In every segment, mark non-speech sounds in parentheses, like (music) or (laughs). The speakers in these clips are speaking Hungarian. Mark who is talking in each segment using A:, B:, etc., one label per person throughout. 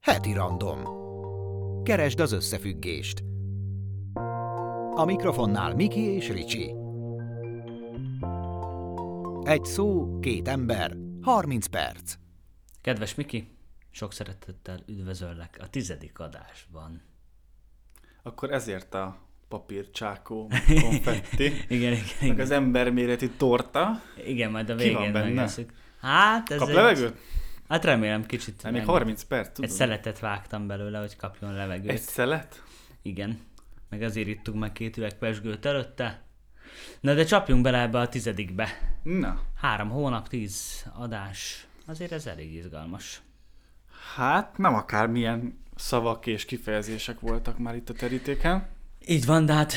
A: Heti random. Keresd az összefüggést. A mikrofonnál Miki és Ricsi. Egy szó, két ember, 30 perc.
B: Kedves Miki, sok szeretettel üdvözöllek a tizedik adásban.
C: Akkor ezért
B: (laughs)
C: a papírcsákó, meg konfetti,
B: Igen, igen,
C: meg
B: igen.
C: az emberméretű torta.
B: igen majd a
C: Ki
B: végén
C: van benne?
B: megveszünk. Hát ez
C: Kap
B: egy...
C: levegőt?
B: Hát remélem kicsit.
C: Nem, még
B: meg-
C: 30 perc,
B: Egy
C: tudod?
B: szeletet vágtam belőle, hogy kapjon levegőt.
C: Egy szelet?
B: Igen. Meg azért ittunk meg két üveg pesgőt előtte. Na de csapjunk bele ebbe a tizedikbe.
C: Na,
B: Három hónap, tíz adás. Azért ez elég izgalmas.
C: hát nem akármilyen szavak és kifejezések voltak már itt a terítéken.
B: Így van, de hát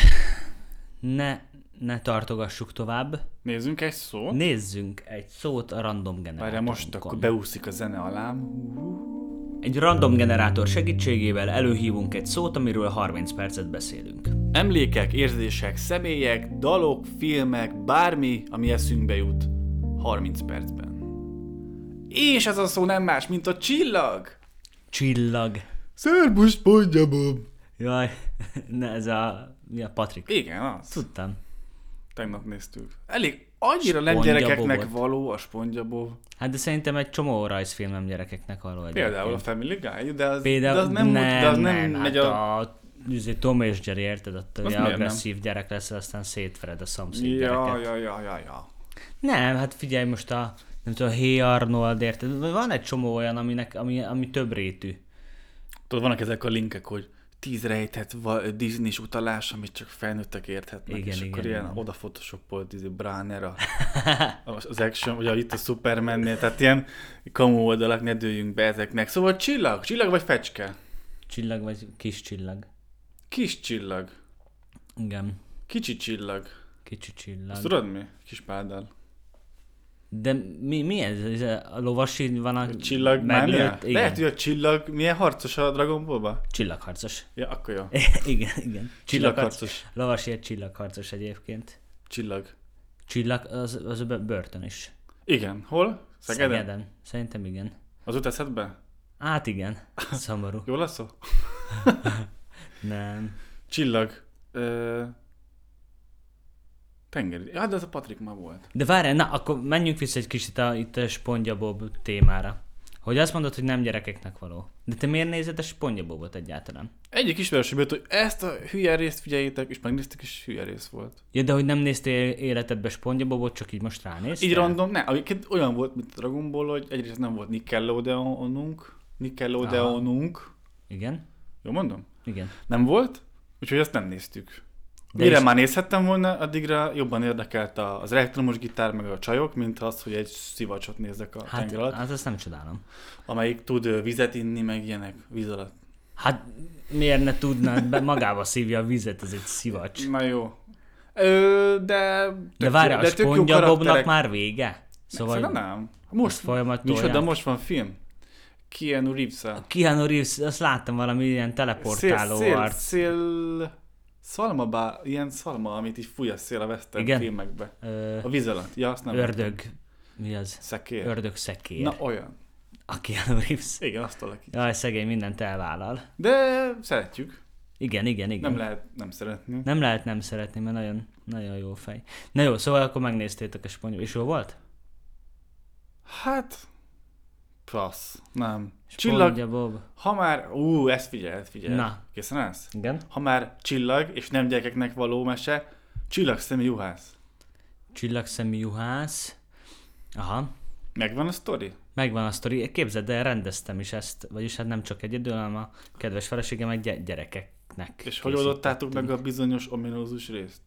B: ne, ne tartogassuk tovább.
C: Nézzünk egy szót.
B: Nézzünk egy szót a random
C: Várjál,
B: generátorunkon.
C: most akkor beúszik a zene alám.
B: Egy random generátor segítségével előhívunk egy szót, amiről 30 percet beszélünk.
C: Emlékek, érzések, személyek, dalok, filmek, bármi, ami eszünkbe jut. 30 percben. És ez a szó nem más, mint a csillag!
B: Csillag.
C: Szerbus mondja, Bob!
B: Jaj, (laughs) ne, ez a... Mi a Patrik?
C: Igen, az.
B: Tudtam.
C: Tegnap néztük. Elég annyira nem
B: Spongyabobot.
C: gyerekeknek való a spongyabob.
B: Hát de szerintem egy csomó rajzfilmem gyerekeknek arról
C: Például a Family Guy, de az,
B: Például,
C: de az nem,
B: nem,
C: nem, de az nem,
B: nem,
C: megy
B: hát
C: a...
B: a... a üzé, Tom és Jerry, érted? Ott ugye
C: miért nem?
B: agresszív gyerek lesz, aztán szétvered a szomszéd
C: Ja,
B: gyereket.
C: ja, ja, ja, ja.
B: Nem, hát figyelj most a, nem tudom, a Hey Arnold, érted? Van egy csomó olyan, aminek, ami, ami több rétű.
C: Tudod, vannak ezek a linkek, hogy tíz rejtett va- Disney-s utalás, amit csak felnőttek érthetnek,
B: Igen,
C: és
B: igen,
C: akkor ilyen
B: igen.
C: oda photoshopolt izé, Bránner (laughs) a, az az action, vagy a, itt a Supermannél, tehát ilyen kamu oldalak, ne dőljünk be ezeknek. Szóval csillag, csillag vagy fecske?
B: Csillag vagy kis csillag.
C: Kis csillag,
B: Igen,
C: kicsi csillag.
B: kicsi csillag.
C: Azt tudod mi? Kis páldal.
B: De mi, mi ez? ez? A lovasi van a...
C: A Csillag mánia?
B: meglőtt- Igen.
C: Lehet, hogy a csillag milyen harcos a Dragon Ballba?
B: Csillagharcos. (laughs)
C: Ja, akkor jó.
B: igen, igen.
C: Csillagharcos.
B: Lovasi egy csillagharcos egyébként.
C: Csillag.
B: Csillag az, az a börtön is.
C: Igen, hol? Szegeden? Szegeden.
B: Szegeden. Szerintem igen.
C: Az út eszedbe?
B: Hát igen. Szomorú. (laughs)
C: Jó lesz szó?
B: Nem.
C: Csillag. Ö... Tengeri. Ja, de az a Patrik már volt.
B: De várj, na akkor menjünk vissza egy kicsit a, itt a spongyabob témára. Hogy azt mondod, hogy nem gyerekeknek való. De te miért nézed a spongyabobot egyáltalán?
C: Egyik ismerősöm jött, hogy ezt a hülye részt figyeljétek, és megnéztük, és hülye rész volt.
B: Ja, de hogy nem néztél életedbe spongyabobot, csak így most ránéztél?
C: Így random, ne, egyébként olyan volt, mint a Dragon Ball, hogy egyrészt nem volt Nickelodeonunk, Nickelodeonunk,
B: Igen?
C: jó mondom?
B: Igen.
C: Nem volt, úgyhogy ezt nem néztük.
B: De
C: De Mire
B: is-
C: már nézhettem volna, addigra jobban érdekelt a- az elektromos gitár meg a csajok, mint az, hogy egy szivacsot nézek a hát,
B: Hát,
C: tenger alatt,
B: hát azt nem csodálom.
C: amelyik tud ö, vizet inni, meg ilyenek víz alatt.
B: Hát miért ne tudnád, be magába szívja a vizet, ez egy szivacs.
C: Na jó. Ö, de
B: De várjál, a
C: jó
B: spongyabobnak
C: karakterek.
B: már vége? Szóval
C: Szerintem nem. Most
B: folyamat
C: Micsoda,
B: tolják.
C: most van film. Keanu reeves -el.
B: Keanu Reeves, azt láttam valami ilyen teleportáló
C: szél,
B: arc.
C: szél, szalma, bá, ilyen szalma, amit így fúj a szél a western
B: Igen.
C: filmekbe.
B: Ö,
C: A víz alatt. Ja, azt nem.
B: ördög. Mi az?
C: Szekér.
B: Ördög szekér.
C: Na olyan.
B: A Keanu Reeves.
C: Igen, azt alakít.
B: Jaj, szegény mindent elvállal.
C: De szeretjük.
B: Igen, igen, igen.
C: Nem lehet nem szeretni.
B: nem lehet nem szeretni, mert nagyon, nagyon jó fej. Na jó, szóval akkor megnéztétek a spanyol. És jó volt?
C: Hát, passz. Nem. Csillag,
B: Spongya Bob.
C: ha már, ú, ezt figyeld, figyeld.
B: Na.
C: Készen állsz?
B: Igen.
C: Ha már csillag, és nem gyerekeknek való mese, csillagszemű juhász.
B: Csillagszemű juhász. Aha.
C: Megvan a sztori?
B: Megvan a sztori. Képzeld el, rendeztem is ezt, vagyis hát nem csak egyedül, hanem a kedves feleségem egy gy- gyerekeknek.
C: És hogy oldottátok meg a bizonyos ominózus részt?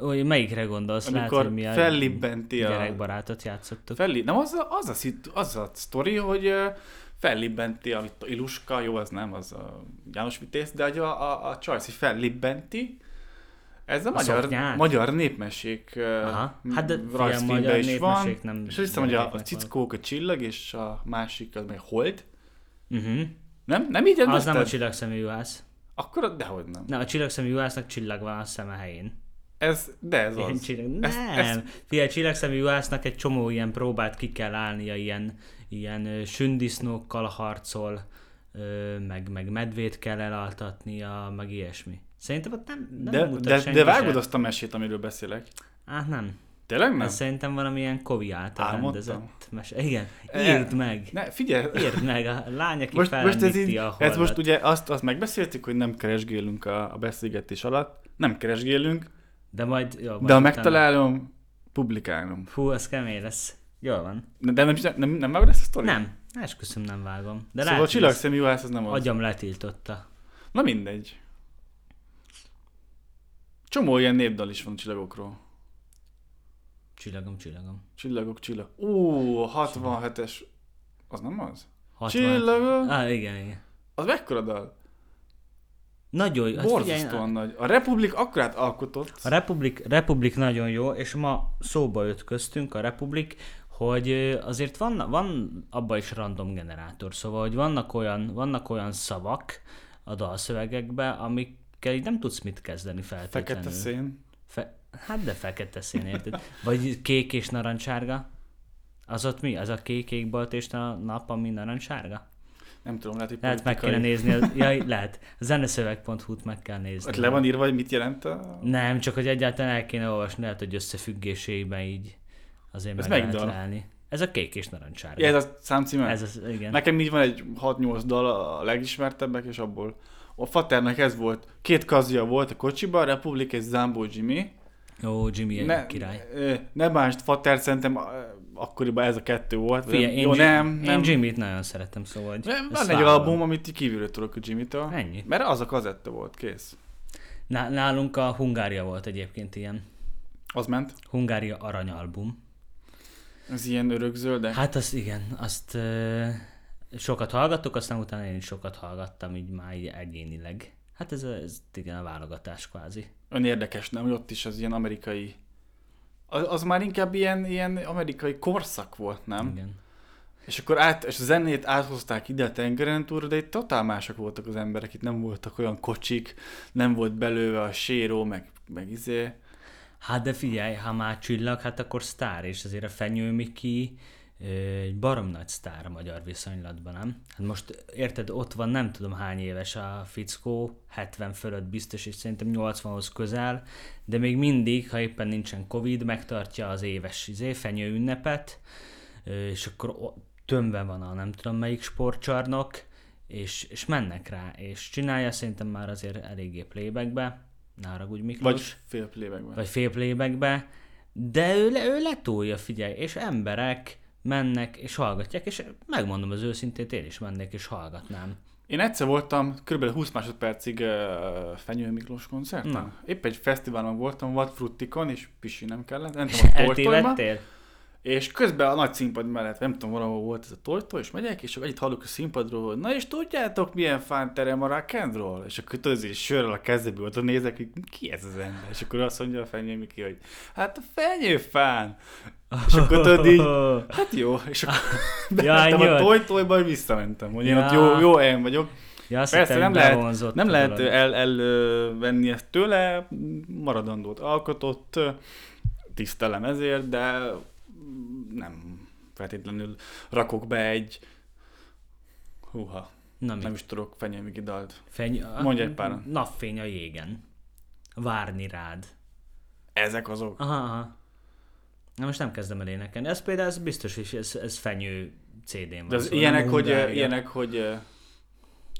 B: Oly, melyikre gondolsz? Lehet,
C: Amikor
B: hogy mi a
C: fellibbenti a...
B: gyerekbarátot játszottuk.
C: Felli... Nem, az a, az, a, szit- az a sztori, hogy ö, fellibbenti, amit a Iluska, jó, az nem, az a János Vitéz, de hogy a, a, a Csajci fellibbenti, ez a, magyar,
B: szoknyát?
C: magyar népmesék
B: Aha. Hát de figyelj,
C: rajzfilmben
B: magyar
C: is van.
B: népmesék nem
C: és azt hiszem, hogy a, a
B: gyerekeknek
C: cickók a csillag, és a másik az meg hold.
B: Uh-huh.
C: Nem? Nem így
B: Az nem a
C: rendezted?
B: csillagszemű juhász.
C: Akkor a- dehogy nem.
B: Nem, a csillagszemű juhásznak csillag van a szeme helyén.
C: Ez, de ez
B: Ilyen
C: az.
B: csillag... Nem.
C: Ezt- ezt-
B: Figyelj, csillagszemű juhásznak egy csomó ilyen próbát ki kell állnia, ilyen, ilyen ö, sündisznókkal harcol, ö, meg, meg medvét kell elaltatnia, meg ilyesmi. Szerintem ott nem, nem
C: De,
B: mutat
C: de,
B: senki se-
C: de vágod azt a mesét, amiről beszélek.
B: Hát nem.
C: Tényleg nem?
B: Ez szerintem valamilyen Kovi által
C: Álmodtam?
B: rendezett mese. Igen,
C: E-
B: írd meg!
C: Ne, figyelj!
B: Írd meg, a lány, aki
C: Most, most ez, így,
B: felrendíti a
C: ez most
B: holdat.
C: ugye azt, azt megbeszéltük, hogy nem keresgélünk a, a beszélgetés alatt. Nem keresgélünk,
B: De majd, jó, majd
C: de ha
B: utána-
C: megtalálom, publikálom.
B: Fú, az kemény lesz. Jól van.
C: Na, De nem, nem, nem vágod ezt a sztorit?
B: Nem, esküszöm nem vágom. De
C: Szóval a
B: lehet, hogy ezt
C: csillagszemű juhász az nem az.
B: agyam letiltotta.
C: Na mindegy. Csomó ilyen népdal is van csillagokról.
B: Csillagom, csillagom.
C: Csillagok, csillag. Ó, a 67-es. Az nem az?
B: 60.
C: Csillagok.
B: Á, igen, igen.
C: Az mekkora dal?
B: Nagyon jó. Hát figyelj,
C: Borzasztóan nagy. A Republik akkorát alkotott.
B: A Republik, Republik nagyon jó, és ma szóba jött köztünk a Republik, hogy ö, azért van, van abban is random generátor, szóval, hogy vannak olyan, vannak olyan szavak a dalszövegekben, amikkel így nem tudsz mit kezdeni feltétlenül.
C: Fekete szén.
B: Fe, hát de fekete szín, érted? Vagy kék és narancsárga? Az ott mi? Az a kék égbolt és a nap, ami narancsárga?
C: Nem tudom, lehet, hogy
B: Lehet meg kéne
C: politikai.
B: nézni, az, jaj, lehet. A zeneszöveg.hu-t meg kell nézni.
C: Ott Hát le van írva, hogy mit jelent a...
B: Nem, csak hogy egyáltalán el kéne olvasni, lehet, hogy összefüggésében így azért
C: Ez
B: meg
C: melyik
B: lehet
C: dal?
B: találni. Ez a kék és narancsárga.
C: Ja, ez a számcíme?
B: ez az, igen.
C: Nekem így van egy 6-8 dal a legismertebbek, és abból a Faternek ez volt, két kazja volt a kocsiban, Republik és Zambó Jimmy.
B: Ó, Jimmy egy
C: Ne,
B: király.
C: ö, ne bántsd, Fater, szerintem ö, akkoriban ez a kettő volt.
B: Fia,
C: Nem-
B: én,
C: Jó,
B: Jim-
C: nem, nem.
B: én Jimmy-t nagyon szeretem, szóval hogy
C: Nem,
B: ezt
C: Van egy
B: vállalom.
C: album, amit így kívülről tudok a Jimmy-től.
B: Ennyi.
C: Mert az a kazetta volt, kész.
B: Ná- Nálunk a Hungária volt egyébként ilyen.
C: Az ment.
B: Hungária aranyalbum.
C: Ez ilyen örök zöldek.
B: Hát az igen, azt ö, sokat hallgattuk, aztán utána én is sokat hallgattam, így már így egyénileg. Hát ez, a- ez igen, a válogatás kvázi.
C: Ön érdekes, nem? Hogy ott is az ilyen amerikai... Az, az már inkább ilyen, ilyen amerikai korszak volt, nem?
B: Igen.
C: És akkor át, és a zenét áthozták ide a tengeren túlra, de itt totál mások voltak az emberek, itt nem voltak olyan kocsik, nem volt belőle a séró, meg, meg izé.
B: Hát de figyelj, ha már csillag, hát akkor sztár, és azért a Fenyő Miki ö, egy barom nagy sztár a magyar viszonylatban, nem? Hát most érted, ott van nem tudom hány éves a fickó, 70 fölött biztos, és szerintem 80-hoz közel, de még mindig, ha éppen nincsen Covid, megtartja az éves izé, fenyő ünnepet, ö, és akkor o- tömve van a nem tudom melyik sportcsarnok, és, és mennek rá, és csinálja szerintem már azért eléggé playbackbe, ne haragudj Miklós.
C: Vagy fél plébekben.
B: vagy fél plébekbe, de ő, le, ő letolja, figyelj, és emberek mennek és hallgatják, és megmondom az őszintét, én is mennék és hallgatnám.
C: Én egyszer voltam kb. 20 másodpercig uh, Fenyő Miklós koncerten.
B: Na.
C: Épp egy fesztiválon voltam, Vadfruttikon, és pisi nem kellett, nem
B: És
C: tudom, a
B: (laughs)
C: toltojba.
B: eltévedtél?
C: És közben a nagy színpad mellett, nem tudom, valahol volt ez a tojtó, és megyek, és egyet hallok a színpadról, hogy na és tudjátok, milyen fán terem a rock and roll? És akkor tudod, és sörrel a kezéből oda nézek, hogy ki ez az ember? És akkor azt mondja a Fenyő Miki, hogy hát a fenyőfán. És akkor tudod így, hát jó, és akkor bementem a
B: nyilván.
C: tojtójba, és visszamentem, hogy én ott
B: Ja.
C: jó, jó helyen vagyok.
B: (laughs) Ja, azt
C: Persze
B: hittem,
C: nem lehet,
B: bevonzott
C: nem
B: a
C: lehet eh,
B: dolog.
C: el, el, ö, venni ezt tőle, maradandót alkotott, ö, tisztelem ezért, de nem feltétlenül rakok be egy húha,
B: Na mi?
C: nem is tudok fenyőmiki dalt.
B: Feny...
C: Mondj egy párat.
B: Napfény a jégen. Várni rád.
C: Ezek azok.
B: Aha, aha. Na most nem kezdem el énekelni. Ez például ez biztos is, ez, ez fenyő CD-n van.
C: De az
B: szóval
C: ilyenek,
B: nem
C: hogy, ö,
B: Hungária.
C: ilyenek, hogy ö,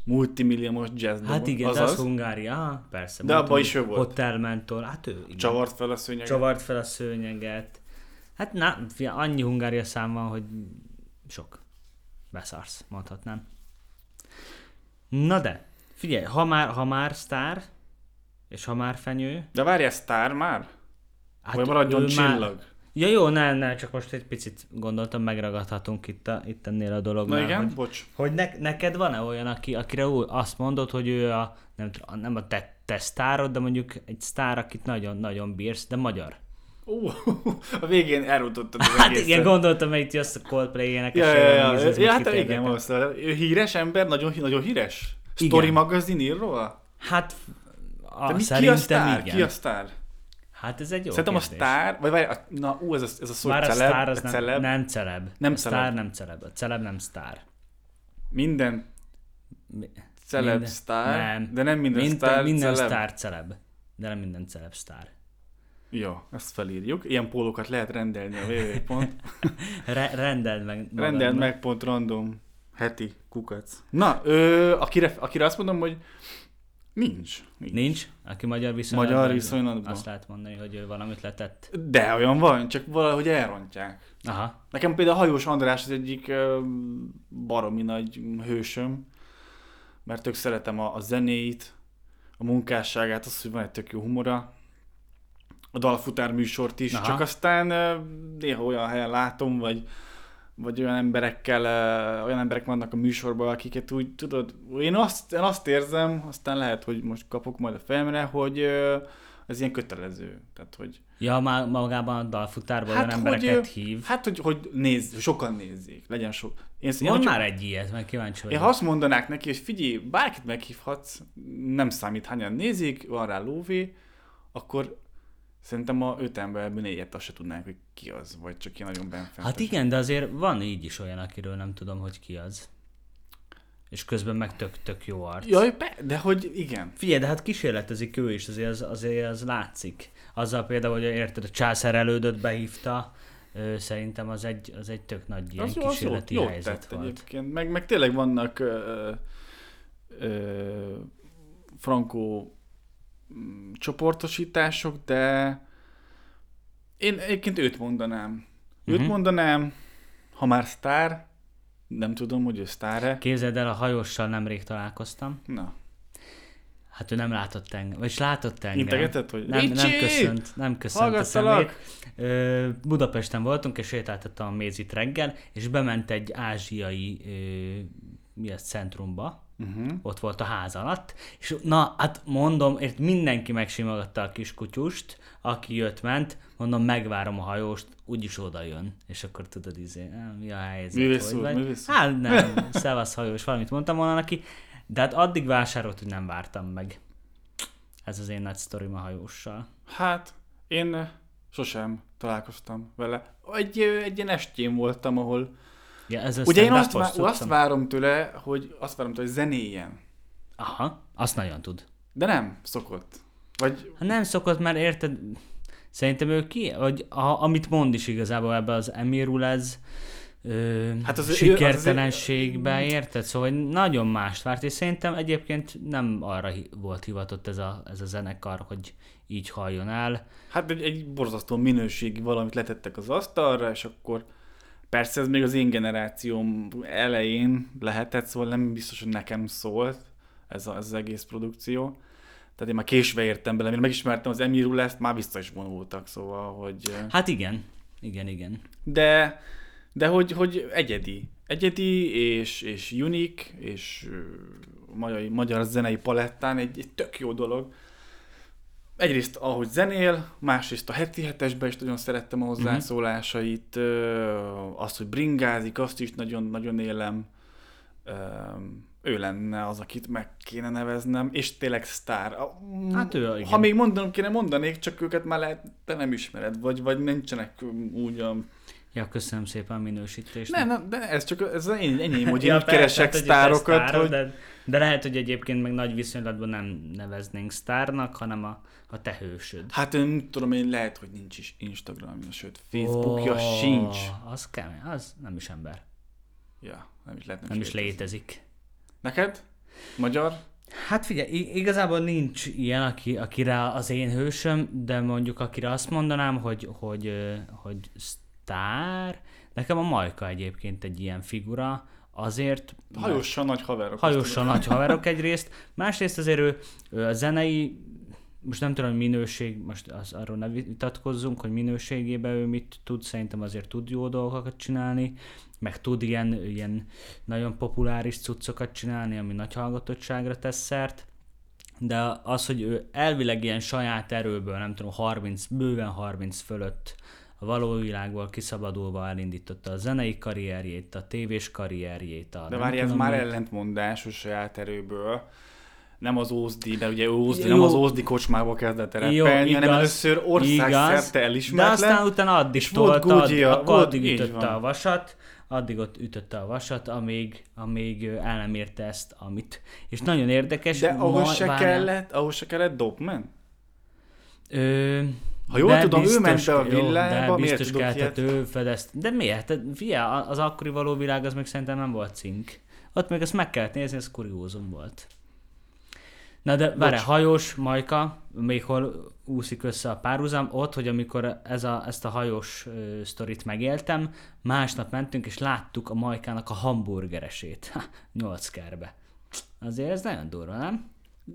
C: multimilliómos jazz
B: Hát igen,
C: az,
B: az, az
C: az,
B: Hungária, aha, persze.
C: De
B: mondtam,
C: abban is ő volt.
B: Hotel Mentor, hát ő. Igen.
C: csavart fel a szőnyeget.
B: Csavart fel a szőnyeget. Hát na, fia, annyi Hungária szám van, hogy sok. Beszarsz, mondhatnám. Na de, figyelj, ha már, ha már sztár, és ha már fenyő,
C: De várj, ez sztár már?
B: hát
C: Vagy maradjon
B: ő
C: csillag?
B: Ja jó, ne, ne, csak most egy picit gondoltam, megragadhatunk itt, a, itt ennél a dolognál.
C: Na igen,
B: Hogy,
C: bocs.
B: hogy ne, neked van-e olyan, aki, akire úgy azt mondod, hogy ő a, nem, tudom, a- nem a te, te sztárod, de mondjuk egy sztár, akit nagyon-nagyon bírsz, de magyar?
C: Ó, (laughs) a végén elrontottad az
B: Hát
C: egészet.
B: igen, gondoltam, hogy itt jössz a Coldplay
C: Ja,
B: énekesére.
C: ja, ja,
B: megnézed,
C: ja,
B: mit
C: ja hát
B: kitérnek.
C: igen, valószínűleg. Ő híres ember, nagyon, nagyon híres. Story
B: Igen.
C: magazin ír róla?
B: Hát a,
C: De mi, ki a
B: szerintem
C: sztár?
B: igen.
C: Ki a sztár?
B: Hát ez egy jó
C: Szerintem a
B: kérdés.
C: sztár, vagy várj, a, na ú, ez a, ez a szó,
B: Bár
C: celeb,
B: a sztár az
C: a
B: nem,
C: celeb.
B: nem celeb.
C: Nem
B: a sztár
C: celeb.
B: nem celeb. A celeb nem sztár.
C: Minden
B: Mi-
C: Celeb
B: Minden-
C: sztár,
B: nem.
C: de nem minden
B: Mint-
C: sztár,
B: minden
C: celeb.
B: sztár celeb. De nem minden celeb sztár.
C: Jó, ezt felírjuk. Ilyen pólókat lehet rendelni a www.
B: (laughs)
C: (laughs)
B: Re- rendeld meg. magadnak.
C: Rendeld meg pont random heti kukac. Na, ö, akire, akire azt mondom, hogy nincs. nincs.
B: Nincs, aki magyar viszonylatban.
C: Magyar viszonylatban.
B: Azt lehet mondani, hogy ő valamit letett.
C: De olyan van, csak valahogy elrontják.
B: Aha.
C: Nekem például Hajós András az egyik ö, baromi nagy hősöm, mert tök szeretem a, a zenéit, a munkásságát, az, hogy van egy tök jó humora, a dalfutár műsort is,
B: Aha.
C: Aha. csak aztán ö, néha olyan helyen látom, vagy, vagy olyan emberekkel, ö, olyan emberek vannak a műsorban, akiket úgy, tudod, én azt, én azt érzem, aztán lehet, hogy most kapok majd a fejemre, hogy ö, ez ilyen kötelező. Tehát, hogy
B: Ja, má- magában a dalfutárban olyan
C: Hát, hogy,
B: embereket hív.
C: Hát, hogy, hogy nézz, sokan nézzék, legyen sok. Én, én,
B: Mond
C: hogyha-
B: már egy ilyet, mert kíváncsi
C: én
B: vagyok.
C: ha azt mondanák neki, hogy figyelj, bárkit meghívhatsz, nem számít hányan nézik, van rá lóvé, akkor szerintem a öt emberből négyet azt se tudnánk, hogy ki az, vagy csak ilyen nagyon benfentes.
B: Hát igen, de azért van így is olyan, akiről nem tudom, hogy ki az. És közben meg tök, tök jó arc.
C: Jaj, be, de hogy igen.
B: Figyelj, de hát kísérletezik ő is, azért az, azért az látszik. Azzal például, hogy érted, a császár elődöt behívta, ö, szerintem az egy, az egy tök nagy ilyen
C: az jó, az jó,
B: kísérleti
C: jó
B: helyzet
C: tett
B: volt.
C: egyébként. Meg, meg tényleg vannak ö, ö, frankó mm, csoportosítások, de én egyébként őt mondanám. Őt
B: Mhm.
C: uh-huh. mondanám, ha már sztár, nem tudom, hogy ő sztár-e.
B: Képzeld el, a hajóssal nemrég találkoztam.
C: Na,
B: Hát ő nem látott engem, vagy látott engem.
C: integetett, hogy
B: Nem, nem
C: Ricsi!
B: köszönt, nem köszönt a szemét.
C: Hallgassalak!
B: Ö, Budapesten voltunk, és sétáltattam a mézit reggel, és bement egy ázsiai ö, mi az, centrumba,
C: Uh-huh.
B: ott volt a ház alatt, és na, hát mondom, ért mindenki megsimogatta a kiskutyust, aki jött-ment, mondom, megvárom a hajóst, úgyis oda jön. És akkor tudod, izé, "Á, mi a helyzet?
C: Művész
B: hogy
C: úr,
B: vagy?"
C: művész úr.
B: Hát
C: (laughs)
B: nem, szevasz hajós, valamit mondtam volna neki, de hát addig vásárolt, hogy nem vártam meg. Ez az én nagy sztorim a hajóssal.
C: Hát, én sosem találkoztam vele. Egy, egy ilyen estjén voltam, ahol
B: Ja, ez a
C: Ugye én azt,
B: stand-upos
C: vá- azt
B: cuccom.
C: várom tőle, hogy azt várom tőle, hogy zenéjen.
B: Aha, azt nagyon tud.
C: De nem szokott. Vagy
B: Hát nem szokott, mert érted, szerintem ő ki, vagy a, amit mond is igazából ebbe az Emirul ez, ö, hát
C: Hát
B: az
C: az-
B: sikertelenségbe, érted? Szóval hogy nagyon mást várt, és szerintem egyébként nem arra hi- volt hivatott ez a, ez a zenekar, hogy így halljon el.
C: hát egy, egy borzasztó minőségi valamit letettek az asztalra, és akkor persze ez még az én generációm elején lehetett, szóval nem biztos, hogy nekem szólt ez, a, ez az egész produkció. Tehát én már késve értem bele, mire megismertem az Emirul ezt, már vissza is vonultak, szóval, hogy...
B: Hát igen, igen, igen.
C: de, de hogy, hogy egyedi. Egyedi és, és unique, és ö, a magyar, magyar zenei palettán egy, egy tök jó dolog. Egyrészt ahogy zenél, másrészt a heti hetesben is nagyon szerettem a
B: Mhm.
C: hozzászólásait, mm azt, hogy bringázik, azt is nagyon-nagyon élem. Ö, Ő lenne az, akit meg kéne neveznem, és tényleg sztár. A-
B: Hát ő, igen.
C: Ha még mondanom kéne, mondanék, csak őket már lehet, te nem ismered, vagy, vagy nincsenek úgy a
B: Ja, köszönöm szépen a minősítést.
C: nem, nem, de ez csak ez az én,
B: (laughs)
C: enyém, hogy én
B: Ja,
C: úgy
B: persze,
C: keresek
B: hát, hogy
C: sztárokat,
B: te sztárod,
C: hogy...
B: de, de lehet, hogy egyébként meg nagy viszonylatban nem neveznénk sztárnak, hanem a, a te hősöd.
C: Hát én nem tudom, én lehet, hogy nincs is Instagramja, sőt, Facebookja
B: Ó,
C: sincs.
B: Az kemény, az nem is ember.
C: Ja, nem is lehet,
B: Nem is
C: létezik.
B: létezik.
C: Neked? Magyar?
B: Hát figyelj, i- igazából nincs ilyen, aki, akire az én hősöm, de mondjuk akire azt mondanám, hogy, hogy, ö, hogy sztár, nekem a Majka egyébként egy ilyen figura, azért,
C: Hajósan nagy haverok.
B: hajósan nagy haverok egyrészt, másrészt azért ő, ő a zenei, most nem tudom, hogy minőség, most az, arról ne vitatkozzunk, hogy minőségében ő mit tud, szerintem azért tud jó dolgokat csinálni, meg tud ilyen, ilyen nagyon populáris cuccokat csinálni, ami nagy hallgatottságra tesz szert, de az, hogy ő elvileg ilyen saját erőből, nem tudom, 30, bőven 30 fölött a való világból kiszabadulva elindította a zenei karrierjét, a tévés karrierjét. A
C: De
B: nem
C: várj, ez
B: tudom
C: már
B: mit.
C: ellentmondásos saját erőből. nem az Ózdi, mert ugye Ózdi,
B: Jó.
C: nem az Ózdi kocsmába kezdett el
B: Jó,
C: rappelni, hanem
B: igaz,
C: először országszerte
B: De
C: elismert
B: aztán
C: lett.
B: utána add is
C: és volt
B: tolta, add,
C: Gucci-ja,
B: akkor
C: volt-
B: addig
C: így
B: ütötte
C: van.
B: a vasat, addig ott ütötte a vasat, amíg, amíg ö, el nem érte ezt, amit. És nagyon érdekes.
C: De ahhoz
B: ma-
C: se
B: várjál.
C: kellett, ahhoz se kellett Dopman.
B: Ö,
C: Ha jól
B: de
C: tudom, ő
B: biztos-
C: ment be a
B: jó,
C: villába,
B: de
C: miért
B: biztos
C: tudok
B: kell, tehát
C: ilyet?
B: ő fedezt. De miért? Tehát, fia, az akkori való világ az még szerintem nem volt cink. Ott még ezt meg kellett nézni, ez kuriózum volt. Na de várj, hajós Majka, még hol úszik össze a párhuzam, ott, hogy amikor ez a, ezt a hajós ö, sztorit megéltem, másnap mentünk és láttuk a Majkának a hamburgeresét. Ha, Nyolc kerbe. Azért ez nagyon durva, nem?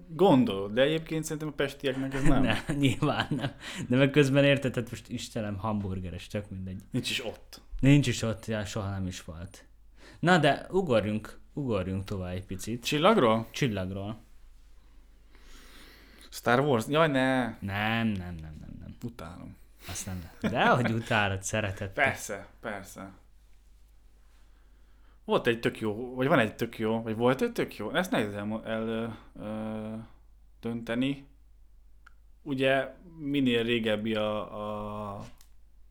C: Gondolod, de egyébként szerintem a pestieknek ez nem.
B: Nem, (laughs) nyilván nem. De meg közben érted, tehát most Istenem, hamburgeres, csak mindegy.
C: Nincs is ott.
B: Nincs is ott, já, soha nem is volt. Na de ugorjunk, ugorjunk tovább egy picit.
C: Csillagról?
B: Csillagról.
C: Star Wars? Jaj, ne!
B: Nem, nem, nem, nem, nem.
C: Utálom.
B: Azt nem. De hogy utálod, szeretett.
C: Persze, persze. Volt egy tök jó, vagy van egy tök jó, vagy volt egy tök jó, ezt nehéz el, el ö, ö, dönteni. Ugye minél régebbi a, a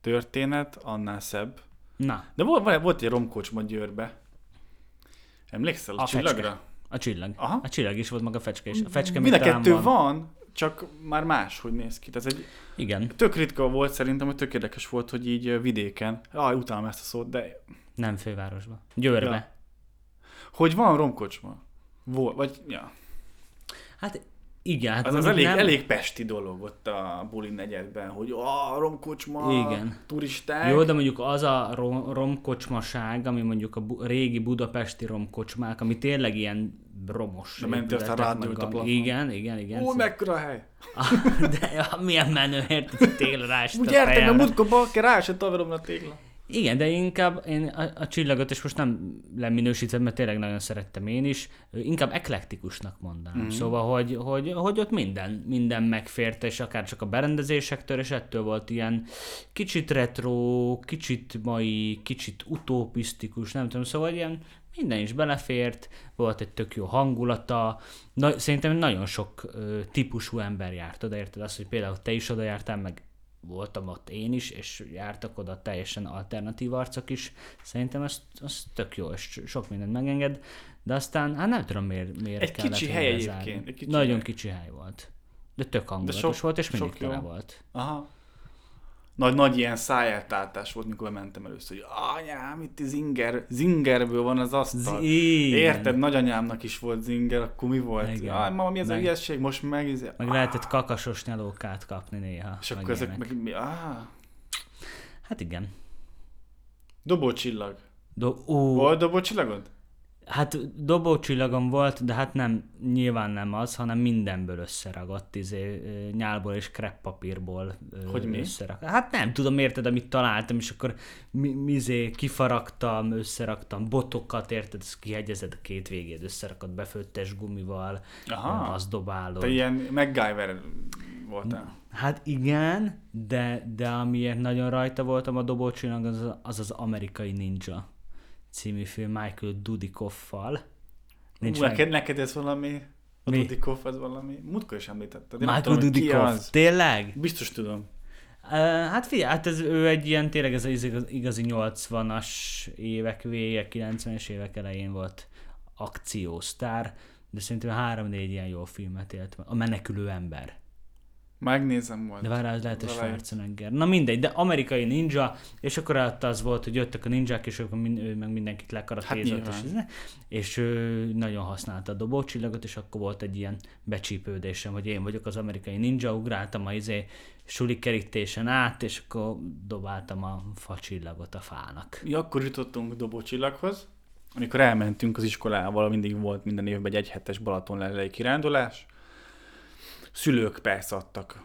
C: történet, annál szebb.
B: Na,
C: De volt, van- volt egy romkocsma Győrbe. Emlékszel a,
B: A fecske.
C: csillagra?
B: a csillag.
C: Aha.
B: A csillag is volt maga a fecske is. A fecske
C: Mind a
B: még talán
C: kettő
B: van.
C: van. csak már máshogy néz ki. Tehát ez egy
B: Igen,
C: tök ritka volt szerintem, hogy tök érdekes volt, hogy így ö, vidéken, aj, utálom ezt a szót, de
B: nem fővárosban. Győrbe.
C: Ja. Hogy van romkocsma. Vol, vagy, ja.
B: Hát igen. Hát
C: Az, az
B: mondjuk
C: elég,
B: nem-
C: elég pesti dolog ott a buli negyedben, hogy a romkocsma,
B: Igen.
C: turisták.
B: Jó, de mondjuk az a rom- romkocsmaság, ami mondjuk a bu- régi budapesti romkocsmák, ami tényleg ilyen romos.
C: De mentél, aztán
B: épületek,
C: rádült
B: meg
C: a
B: a-
C: plafon.
B: Igen, igen, igen. (laughs)
C: Ó, mekkora hely.
B: De ja, milyen menő, érted, tél rást
C: Úgy
B: a
C: értem, mert
B: fejemre.
C: múltkor balke rá se taveromra a tégla.
B: Igen, de inkább én a, a csillagot, és most nem leminősítem, mert tényleg nagyon szerettem én is, ö, inkább eklektikusnak mondanám. Mm. Szóval, hogy, hogy, hogy ott minden, minden megfért, és akár csak a berendezésektől, és ettől volt ilyen kicsit retro, kicsit mai, kicsit utopisztikus, nem tudom, szóval ilyen minden is belefért, volt egy tök jó hangulata, na, szerintem nagyon sok ö, típusú ember járt oda, érted azt, hogy például te is oda jártál, meg voltam ott én is, és jártak oda teljesen alternatív arcok is. Szerintem az, az tök jó, és sok mindent megenged, de aztán, hát nem tudom miért, miért
C: Egy
B: kellett
C: kicsi
B: volna
C: hely
B: lezárni.
C: egyébként, egy kicsi
B: Nagyon
C: hely.
B: kicsi hely volt. De tök hangulatos
C: sok-
B: volt, és mindig
C: sok jó.
B: tele volt.
C: Aha. Nagy, nagy ilyen szájátátás volt, mikor mentem először, hogy anyám, itt zinger, zingerből van az asztal.
B: Igen.
C: Érted, nagyanyámnak is volt zinger, akkor mi volt?
B: Igen.
C: Aj, mama, mi ez a
B: Meg-
C: hülyeség, most meg... izé-
B: Meg lehetett kakasos nyalókát kapni néha.
C: És
B: meg
C: akkor ezek
B: ilyenek.
C: meg... mi- áh.
B: Hát igen.
C: Dobócsillag.
B: Do- ó,
C: Volt dobócsillagod?
B: Hát dobócsillagom volt, de hát nem, nyilván nem az, hanem mindenből összeragadt, izé, ö, nyálból és kreppapírból
C: Hogy mi?
B: Összeragadt. Hát nem tudom, érted, amit találtam, és akkor mi, mizé, kifaragtam, összeraktam botokat, érted, ezt kihegyezed a két végét, összerakott befőttes gumival,
C: Aha.
B: Aha. azt dobálod.
C: Te ilyen MacGyver voltál.
B: Hát igen, de, de amiért nagyon rajta voltam a dobócsillag, az az, az amerikai ninja című film Michael Dudikoffal.
C: Nincs
B: Nincs meg.
C: neked, neked ez valami? A
B: Mi?
C: Dudikoff az valami? Múltkor is említetted. Én nem
B: Michael
C: tudom, hogy ki
B: Dudikoff.
C: az.
B: Tényleg?
C: Biztos tudom.
B: Uh, hát figyelj, hát ez, ő egy ilyen, tényleg ez az igaz- igazi 80-as évek vége, 90-es évek elején volt akciósztár, de szerintem 3-4 ilyen jó filmet élt. meg. A menekülő ember.
C: Megnézem majd.
B: De várjál, az lehet, hogy
C: Valahogy.
B: Schwarzenegger. Na mindegy, de amerikai ninja, és akkor ott az volt, hogy jöttek a ninják, és akkor min- ő meg mindenkit lekaratézott,
C: Hát
B: és, és ő nagyon használta a dobócsillagot, és akkor volt egy ilyen becsípődésem, hogy én vagyok az amerikai ninja, ugráltam a izé sulikerítésen át, és akkor dobáltam a facsillagot a fának.
C: Mi akkor jutottunk Dobócsillaghoz, amikor elmentünk az iskolával, mindig volt minden évben egy egyhetes Balaton lelei kirándulás. Szülők persze adtak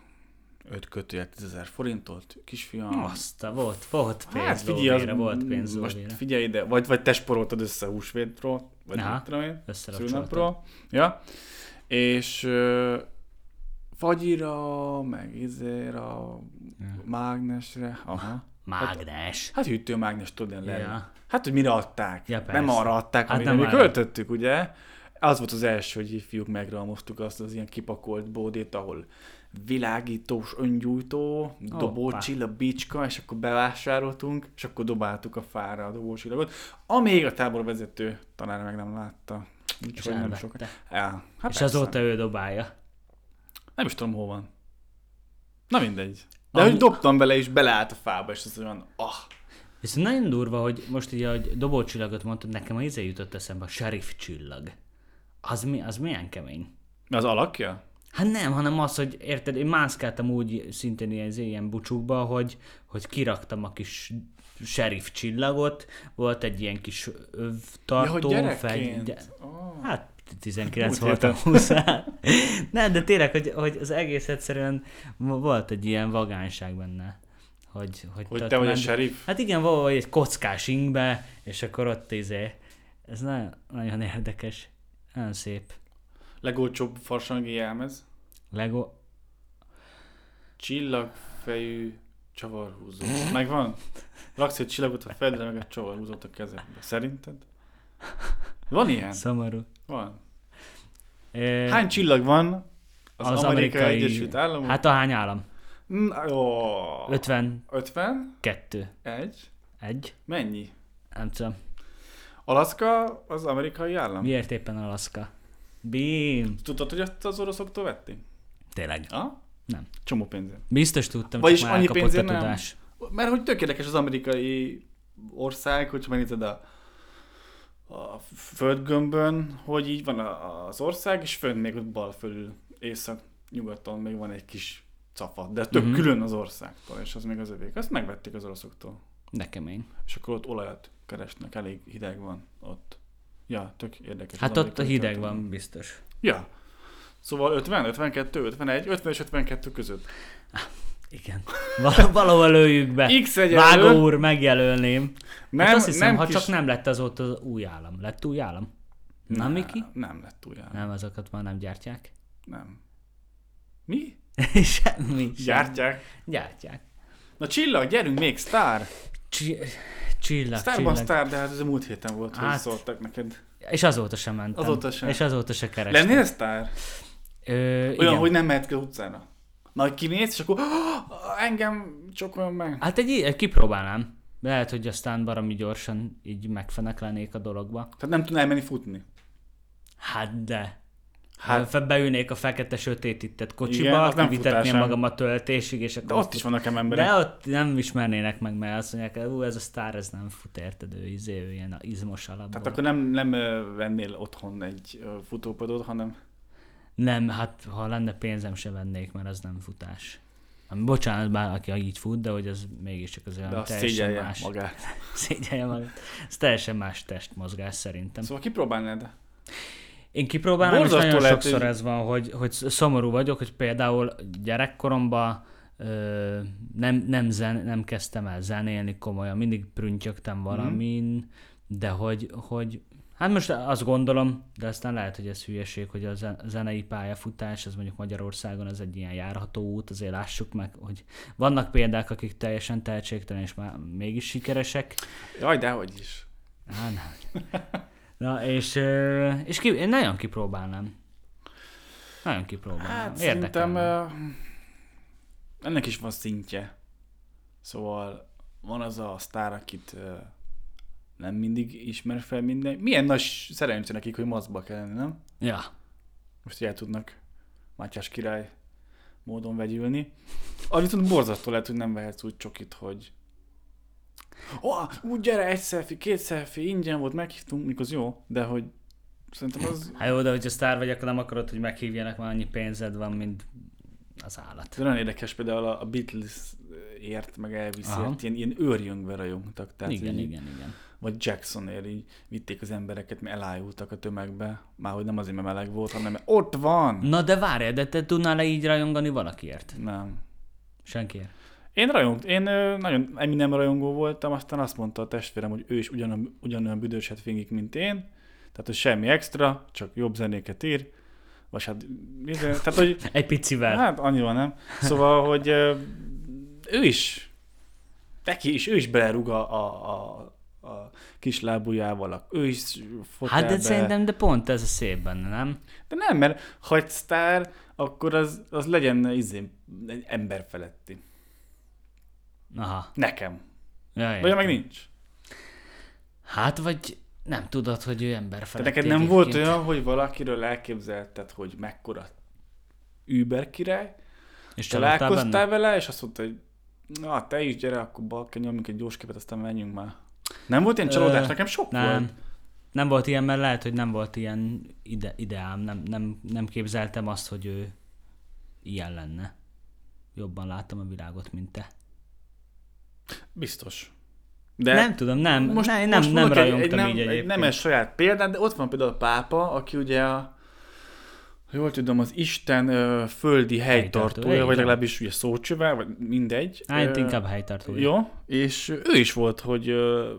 C: 5 kötője 10 ezer forintot, kisfiam.
B: Azt, volt, volt pénz hát,
C: az-
B: volt pénz
C: Most
B: lóvére.
C: figyelj ide, vagy, vagy te sporoltad össze húsvétról, vagy
B: Aha.
C: mit tudom én,
B: Összerakcsoltad.
C: szülnapról. Ja. És ö, fagyira, meg izéra, mágnesre, aha.
B: Mágnes.
C: Hát hűtőmágnes, tudod, én
B: Ja.
C: ja. Hát, hogy mire adták?
B: Ja,
C: nem
B: persze.
C: arra adták,
B: Hát
C: hát
B: nem
C: amire mi
B: arra.
C: költöttük, ugye? az volt az első, hogy így fiúk megrahamoztuk azt az ilyen kipakolt bódét, ahol világítós, öngyújtó, dobócsilla, bicska, és akkor bevásároltunk, és akkor dobáltuk a fára a dobócsillagot, amíg a táborvezető tanár meg nem látta.
B: És
C: Úgyhogy nem
B: elvette.
C: sok. El. Hát
B: és
C: persze.
B: azóta ő dobálja.
C: Nem is tudom, hol van. Na mindegy. De
B: Ami-
C: hogy dobtam bele, és beleállt a fába, és az olyan, ah,
B: Viszont nagyon durva, hogy most így, ahogy dobócsillagot mondtad, nekem a izé jutott eszembe, a sheriff csillag. Az, mi, az milyen kemény?
C: az alakja?
B: Hát nem, hanem az, hogy érted, én mászkáltam úgy szintén ilyen, izé ilyen bucsukba, hogy, hogy kiraktam a kis sheriff csillagot, volt egy ilyen kis öv
C: ja, hogy
B: tartó,
C: gyerekként. Ah.
B: Hát 19
C: Úgy
B: voltam 20
C: (laughs)
B: Nem, de tényleg, hogy, hogy az egész egyszerűen vo- volt egy ilyen vagánság benne. Hogy, hogy,
C: Hogy
B: ott
C: te vagy a
B: ment-
C: sheriff?
B: Hát igen, valahogy egy kockás ingbe, és akkor ott izé. Ez nagyon, nagyon érdekes. Nagyon szép.
C: Legolcsóbb farsangi jelmez.
B: Lego.
C: Csillagfejű csavarhúzó. Megvan? Raksz egy csillagot a fedre, meg egy csavarhúzót a kezedbe. Szerinted? Van ilyen?
B: Szomorú.
C: Van.
B: Ö,
C: Hány csillag van az, az Amerikai, Amerikai Egyesült Államok? Hát...
B: Hát a hány állam?
C: Ó,
B: 52.
C: 50? Egy?
B: Egy?
C: Mennyi?
B: Nem tudom.
C: Alaszka az amerikai állam?
B: Miért éppen Alaszka? Bim!
C: Tudtad, hogy ezt az oroszoktól vették?
B: Tényleg.
C: Ha?
B: Nem.
C: Csomó pénzért.
B: Biztos tudtam,
C: Vagyis
B: csak már
C: annyi
B: elkapott
C: pénzért
B: a
C: nem.
B: tudás.
C: Mert hogy tök érdekes az amerikai ország, hogyha megnézed a, a földgömbön, hogy így van a, az ország, és fönn még ott bal fölül, észak-nyugaton még van egy kis cafat, de tök
B: Mhm.
C: mm-hmm. külön az országtól, és az még az övék. Azt megvették az oroszoktól.
B: De kemény.
C: És akkor ott olajat keresnek, elég hideg van ott. Ja, tök érdekes.
B: Hát
C: az
B: ott a
C: amerikai
B: hideg
C: történet.
B: van, biztos.
C: Ja. Szóval 50, 52, 51, 50 és 52 között.
B: Hát Igen. (laughs) Val- valahol lőjük be.
C: X egyelő.
B: Vágó úr, megjelölném. Nem,
C: Nem,
B: hát azt hiszem,
C: nem
B: ha
C: kis-
B: csak nem lett azóta az új állam. Lett új állam? Na,
C: Nem,
B: Miki?
C: Nem lett újra. Nem.
B: Nem, azokat már nem
C: (laughs)
B: gyártják.
C: nem. Mi?
B: Semmi. Sem.
C: Gyártják.
B: Gyártják.
C: Na csillag, gyerünk még, sztár.
B: Csi- Csillag,
C: Sztárban
B: Hát csillag.
C: sztár, de hát ez a múlt héten volt, hogy
B: Hát.
C: szóltak neked.
B: És azóta sem mentem.
C: Azóta sem.
B: És azóta se kerestem.
C: Lennél sztár?
B: Ö,
C: Olyan,
B: igen.
C: hogy nem mehet ki az utcára. Na, hogy kimész, és akkor "Ah, engem csokoljon meg.
B: Hát egy, egy kipróbálnám. Lehet, hogy aztán barami gyorsan így megfeneklenék a dologba.
C: Tehát nem tudnál elmenni futni.
B: Hát de.
C: Hát-
B: Hát. Fe beülnék a fekete sötétített
C: Igen,
B: kocsiba,
C: az nem
B: Igen, kivitetném
C: futás, nem?
B: magam a töltésig, és akkor...
C: De ott is vannak ám emberek.
B: De ott nem ismernének meg, mert azt mondják, ú, ez a sztár, ez nem fut, érted, ő, izé, ő ilyen izmos alapból.
C: Tehát akkor nem, nem ö, vennél otthon egy ö, futópadot, hanem
B: Nem, hát ha lenne pénzem, se vennék, mert az nem futás. Hát, Bocsánat, bár aki így fut, de hogy az mégiscsak az olyan
C: de azt
B: teljesen
C: szégyelje
B: más.
C: magát.
B: (laughs) Szégyelje magát. Ez teljesen más testmozgás szerintem.
C: Szóval kipróbálnád?
B: Én kipróbálom, és
C: Borzasztó
B: nagyon
C: lehet,
B: sokszor
C: hogy-
B: ez van, hogy, hogy szomorú vagyok, hogy például gyerekkoromban ö, nem, nem, zen, nem kezdtem el zenélni komolyan, mindig
C: Mhm.
B: prüntjögtem valamin, de hogy, hogy hát most azt gondolom, de aztán lehet, hogy ez hülyeség, hogy a zen- zenei pályafutás, ez mondjuk Magyarországon ez egy ilyen járható út, azért lássuk meg, hogy vannak példák, akik teljesen tehetségtelen és már mégis sikeresek,
C: Jaj, dehogy is.
B: Á, nem. Hát, Na, és, ö, és ki, én nagyon kipróbálnám. Nagyon kipróbálnám.
C: Hát
B: Érdekelne.
C: szerintem ö, ennek is van szintje. Szóval van az a sztár, akit ö, nem mindig ismer fel minden. Milyen nagy szerencse nekik, hogy maszkba kell lenni, nem?
B: Ja.
C: Most így el tudnak Mátyás király módon vegyülni. Az viszont borzasztó lehet, hogy nem vehetsz úgy csokit, hogy oh, úgy gyere, egy selfie, két selfie, ingyen volt, meghívtunk, mikor az jó, de hogy szerintem az
B: Hát jó, de hogyha sztár vagy, akkor nem akarod, hogy meghívjanak, már annyi pénzed van, mint az állat.
C: De nagyon érdekes például a a Beatles ért, meg
B: Aha.
C: Elvisért, ilyen, ilyen őrjöngve rajongtak. Tehát
B: igen,
C: így,
B: igen, igen.
C: Vagy Jacksonért így vitték az embereket, mert elájultak a tömegbe. Már hogy nem azért, mert meleg volt, hanem mert ott van!
B: Na de várj, de te tudnál -e így rajongani valakiért?
C: Nem.
B: Senkiért.
C: Én rajong, én ö, nagyon Eminem rajongó voltam, aztán azt mondta a testvérem, hogy ő is ugyanolyan, ugyanolyan büdöset fingik, mint én, tehát hogy semmi extra, csak jobb zenéket ír, vagy hát, izé- tehát hogy
B: Egy picivel.
C: Hát annyira nem. Szóval, (laughs) hogy ö, ő is, neki is, ő is belerúg a, a, a, a kislábújával, a, ő is fotelbe.
B: Hát de szerintem, de pont ez a szép benne, nem?
C: De nem, mert ha egy sztár, akkor az, az legyen izé, egy ember feletti.
B: Aha.
C: Nekem.
B: Ja,
C: Vagy
B: értem.
C: meg nincs.
B: Hát vagy nem tudod, hogy ő ember
C: Te
B: felett
C: neked nem volt
B: egyébként.
C: olyan, hogy valakiről elképzelted, hogy mekkora Uber király,
B: És találkoztál benne?
C: találkoztál vele, és azt mondta, hogy na, te is gyere, akkor balke, nyomjunk egy gyors képet, aztán menjünk már. Nem volt ilyen
B: Ö,
C: csalódás? Nekem sok
B: Nem.
C: volt.
B: Nem volt ilyen, mert lehet, hogy nem volt ilyen ide, ideám, nem, nem, nem képzeltem azt, hogy ő ilyen lenne. Jobban láttam a világot, mint te.
C: Biztos.
B: De nem tudom, nem, most, nem, nem, nem
C: mondok egy- egy
B: rajongtam
C: nem,
B: így
C: egy
B: egyébként.
C: Nem egy saját példát, de ott van például a pápa, aki ugye a, ha jól tudom, az Isten ö, földi helytartója,
B: így
C: vagy
B: van.
C: legalábbis ugye szócsöve, vagy mindegy.
B: Hát
C: Ö,
B: inkább helytartó.
C: Jó, és ő is volt, hogy ö,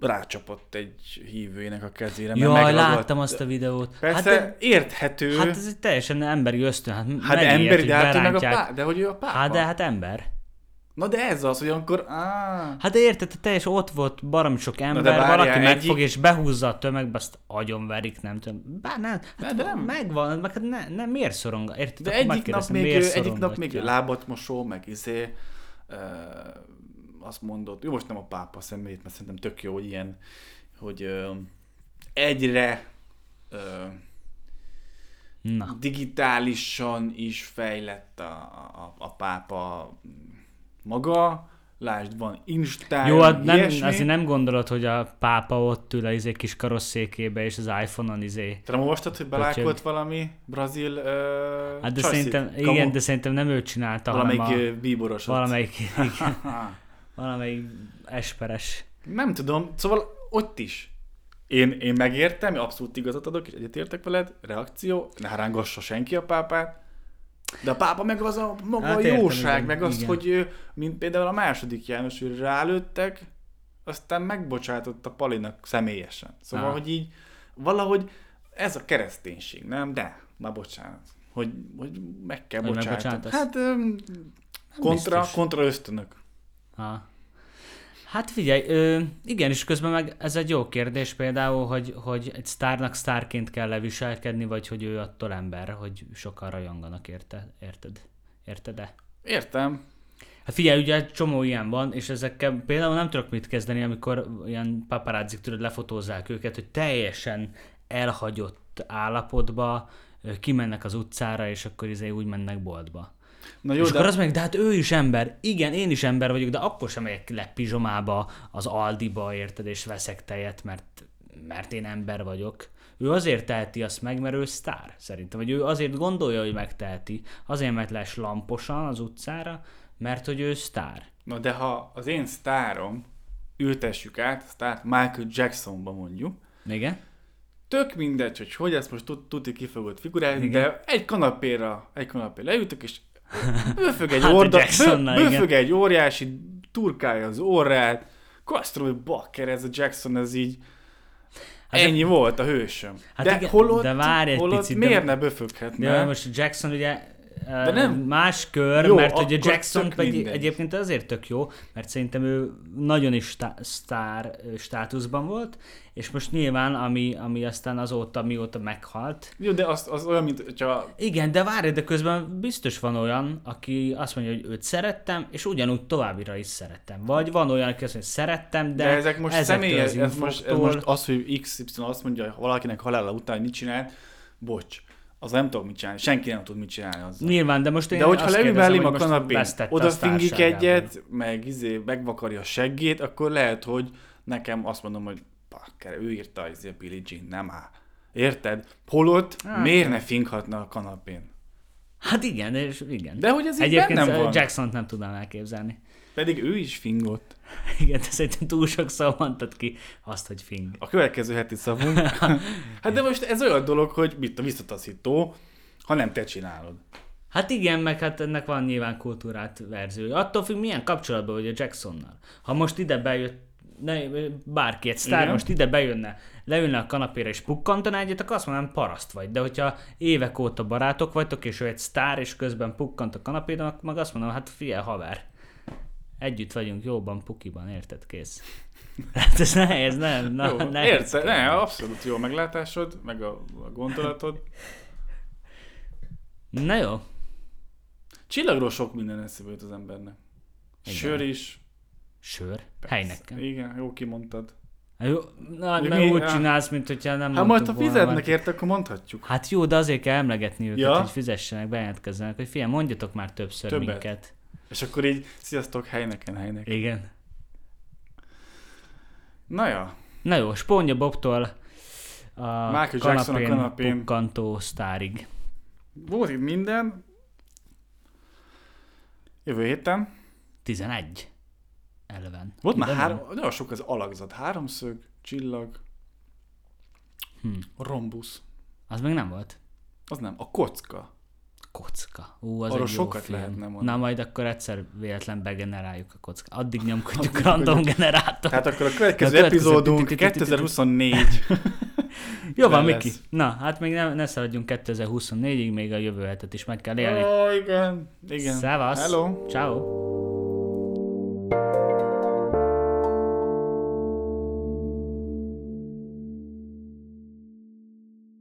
C: rácsapott egy hívőjének a kezére. mert
B: Jaj,
C: megragadt.
B: láttam azt a videót.
C: Persze,
B: hát, de-
C: hát, érthető.
B: hát
C: Hát,
B: ez egy teljesen emberi ösztön. Hát,
C: hát
B: megijedt,
C: emberi,
B: hogy
C: de hát ő meg a
B: berántják.
C: pá, de hogy ő a pápa.
B: Hát de hát ember.
C: Na de ez az, hogy akkor... Á,
B: Hát de érted, te teljes ott volt barom sok ember,
C: de várjál,
B: valaki megfog
C: egyik-
B: és behúzza a tömegbe, azt agyonverik, nem tudom. Bár nem, hát
C: de nem.
B: megvan, meg hát ne, nem, miért szorong, érted?
C: de
B: Akkor
C: egyik nap,
B: megkérdeztem,
C: még,
B: miért
C: ő- egyik nap még
B: szorongatja?
C: lábat mosó, meg izé, ö, azt mondott, jó, most nem a pápa szemét, mert szerintem tök jó, hogy ilyen, hogy ö, egyre ö,
B: Na,
C: digitálisan is fejlett a, a, a pápa maga, lásd, van Instán,
B: jó, hát nem,
C: ilyesmi.
B: azért nem gondolod, hogy a pápa ott ül a izé kis karosszékébe és az iPhone-on izé.
C: Te nem olvastad, hogy belájkolt valami brazil ö,
B: Hát de
C: csajszik?
B: szerintem,
C: Kamu?
B: igen, de szerintem nem ő csinálta,
C: Valamelyik
B: hanem
C: ö, bíboros.
B: a,
C: ott.
B: valamelyik,
C: (laughs)
B: igen,
C: Ha.
B: valamelyik esperes.
C: Nem tudom, szóval ott is. Én, én megértem, abszolút igazat adok, és egyetértek veled, reakció, ne hárángassa senki a pápát, de a pápa meg az a maga
B: Hát
C: hát a
B: értem,
C: jóság,
B: igen,
C: meg az,
B: igen.
C: hogy ő, mint például a második János, hogy rálőttek, aztán megbocsátott a Palinak személyesen. Szóval,
B: Á.
C: hogy így valahogy ez a kereszténység, nem? De, na bocsánat, hogy, hogy meg kell
B: Hogy
C: bocsátani.
B: megbocsátasz?
C: Hát öm, kontra,
B: biztos.
C: kontra ösztönök.
B: Ha. Hát figyelj, ö, igen, és közben meg ez egy jó kérdés például, hogy, hogy egy sztárnak sztárként kell leviselkedni, vagy hogy ő attól ember, hogy sokan rajonganak érte, érted? Érted-e?
C: Értem,
B: Hát figyelj, ugye egy csomó ilyen van, és ezekkel például nem tudok mit kezdeni, amikor ilyen paparazzik tudod, lefotózzák őket, hogy teljesen elhagyott állapotba ö, kimennek az utcára, és akkor izé úgy mennek boltba.
C: Na
B: Jó, és de... akkor az meg, de hát ő is ember. Igen, én is ember vagyok, de akkor sem megyek le pizsomába, az Aldiba, érted, és veszek tejet, mert, mert én ember vagyok. Ő azért teheti azt meg, mert ő sztár, szerintem. Vagy ő azért gondolja, hogy megteheti. Azért mehet le lamposan az utcára, mert hogy ő sztár.
C: Na de ha az én sztárom, ültessük át, a sztárt Michael Jacksonba mondjuk,
B: Igen?
C: tök mindegy, hogy hogy ezt most tud- tudni ki fogod figurálni, de egy kanapéra, egy kanapéra
B: (laughs)
C: leültök, és bőfög egy,
B: Hát a
C: orda, bő,
B: Jacksonnal, igen.
C: bőfög egy óriási, turkálja az orrát, kasztrom, hogy bakker, ez a Jackson, ez így,
B: Hát de-
C: Ennyi volt a hősöm.
B: Hát
C: de
B: igen,
C: holott,
B: de várj egy
C: holott
B: picit, de-
C: miért ne
B: De
C: böföghetne?
B: ne? most Jackson ugye de
C: nem.
B: nem. más kör,
C: Jó,
B: jó, mert ugye
C: akkor
B: Jackson
C: tök
B: egy,
C: mindegy.
B: egyébként azért tök jó, mert szerintem ő nagyon is stá- sztár ö, státuszban volt, és most nyilván, ami, ami aztán azóta, mióta meghalt,
C: Jó, de az, az olyan, mint hogyha...
B: igen, de várj, de közben biztos van olyan, aki azt mondja, hogy őt szerettem, és ugyanúgy továbbira is szerettem. Vagy van olyan, aki azt mondja, hogy szerettem,
C: De,
B: de,
C: de ezek most
B: ezektől
C: személyes,
B: az
C: ez most, ez most
B: infoktól-
C: az, hogy XY azt mondja, hogy valakinek halála után mit csinált, bocs, az nem tudok mit csinálni, senki nem tud mit csinálni azzal.
B: Nyilván, de most én
C: De hogyha
B: azt
C: leül
B: kérdezem,
C: belém a
B: hogy most
C: kanapén,
B: vesztette a
C: oda fingik
B: sztárságából.
C: egyet, meg izé megvakarja a seggét, akkor lehet, hogy nekem azt mondom, hogy bakker, ő írta izé a Billie Jean, nem á. Érted? Holott miért ne finghatna a kanapén?
B: Hát igen, és igen.
C: De hogy ez így
B: Egyébként
C: bennem van.
B: jackson nem tudnám elképzelni. (laughs)
C: Pedig ő is fingott.
B: Igen, de szerintem túl sokszor mondtad ki azt, hogy fing.
C: A következő heti
B: (laughs)
C: szavunk. hát de most ez olyan dolog, hogy mit a visszataszító, ha nem te csinálod.
B: Hát igen, meg hát ennek van nyilván kultúrát verziója. Attól függ, milyen kapcsolatban vagy a Jacksonnal. Ha most ide bejött, ne, bárki egy sztár
C: Igen.
B: most ide bejönne, leülne a kanapéra és pukkantaná egyet, akkor azt mondanám, paraszt vagy. De hogyha évek óta barátok vagytok, és ő egy sztár, és közben pukkant a kanapéra, akkor meg azt mondom, hát figyelj, haver. Együtt vagyunk jóban, pukiban, érted, kész. (laughs) Hát ez nem, ez (laughs) nem. Na,
C: jó,
B: ne
C: érte, ne, abszolút jó a meglátásod, meg a, a gondolatod.
B: Na jó,
C: Csillagról sok minden eszébe jut az embernek.
B: Igen.
C: Sör is.
B: sör,
C: persze.
B: helynek.
C: Igen, jó kimondtad.
B: Jó, na,
C: Mi-
B: mert
C: mi-
B: úgy
C: ja.
B: csinálsz, mint hogyha nem
C: Hát majd ha
B: mondtuk volna
C: fizetnek
B: valamit.
C: érte, akkor mondhatjuk.
B: Hát jó, de azért kell emlegetni őket,
C: Ja.
B: hogy fizessenek, bejelentkezzenek, hogy figyelj, mondjatok már többször
C: Többet.
B: minket.
C: És akkor így, sziasztok, helyneken, helyneken.
B: Igen.
C: Na ja,
B: Na jó, Sponja Bobtól a Michael
C: Jackson a
B: kanapén,
C: kanapén.
B: pukkantó sztárig.
C: volt itt minden. Jövő héten.
B: 11. Eleven.
C: Volt már
B: Ide
C: három,
B: van?
C: nagyon sok az alakzat. Háromszög, csillag,
B: Hm.
C: rombusz.
B: Az még nem volt.
C: Az nem, a kocka.
B: Kocka. Ú, az
C: Arról
B: egy jó
C: sokat
B: film.
C: lehetne mondani.
B: Na majd akkor egyszer véletlen begeneráljuk a kockát.
C: (laughs)
B: Addig nyomkodjuk a random generátort.
C: Tehát akkor a
B: következő
C: következő epizódunk
B: ti- ti- ti- ti- ti-
C: 2024.
B: Jó van,
C: lesz.
B: Miki. Na, hát még ne, ne szaladjunk 2024-ig, még a jövő hetet is meg kell élni.
C: Ó, igen, igen.
B: Szevasz.
C: Hello.
B: Ciao.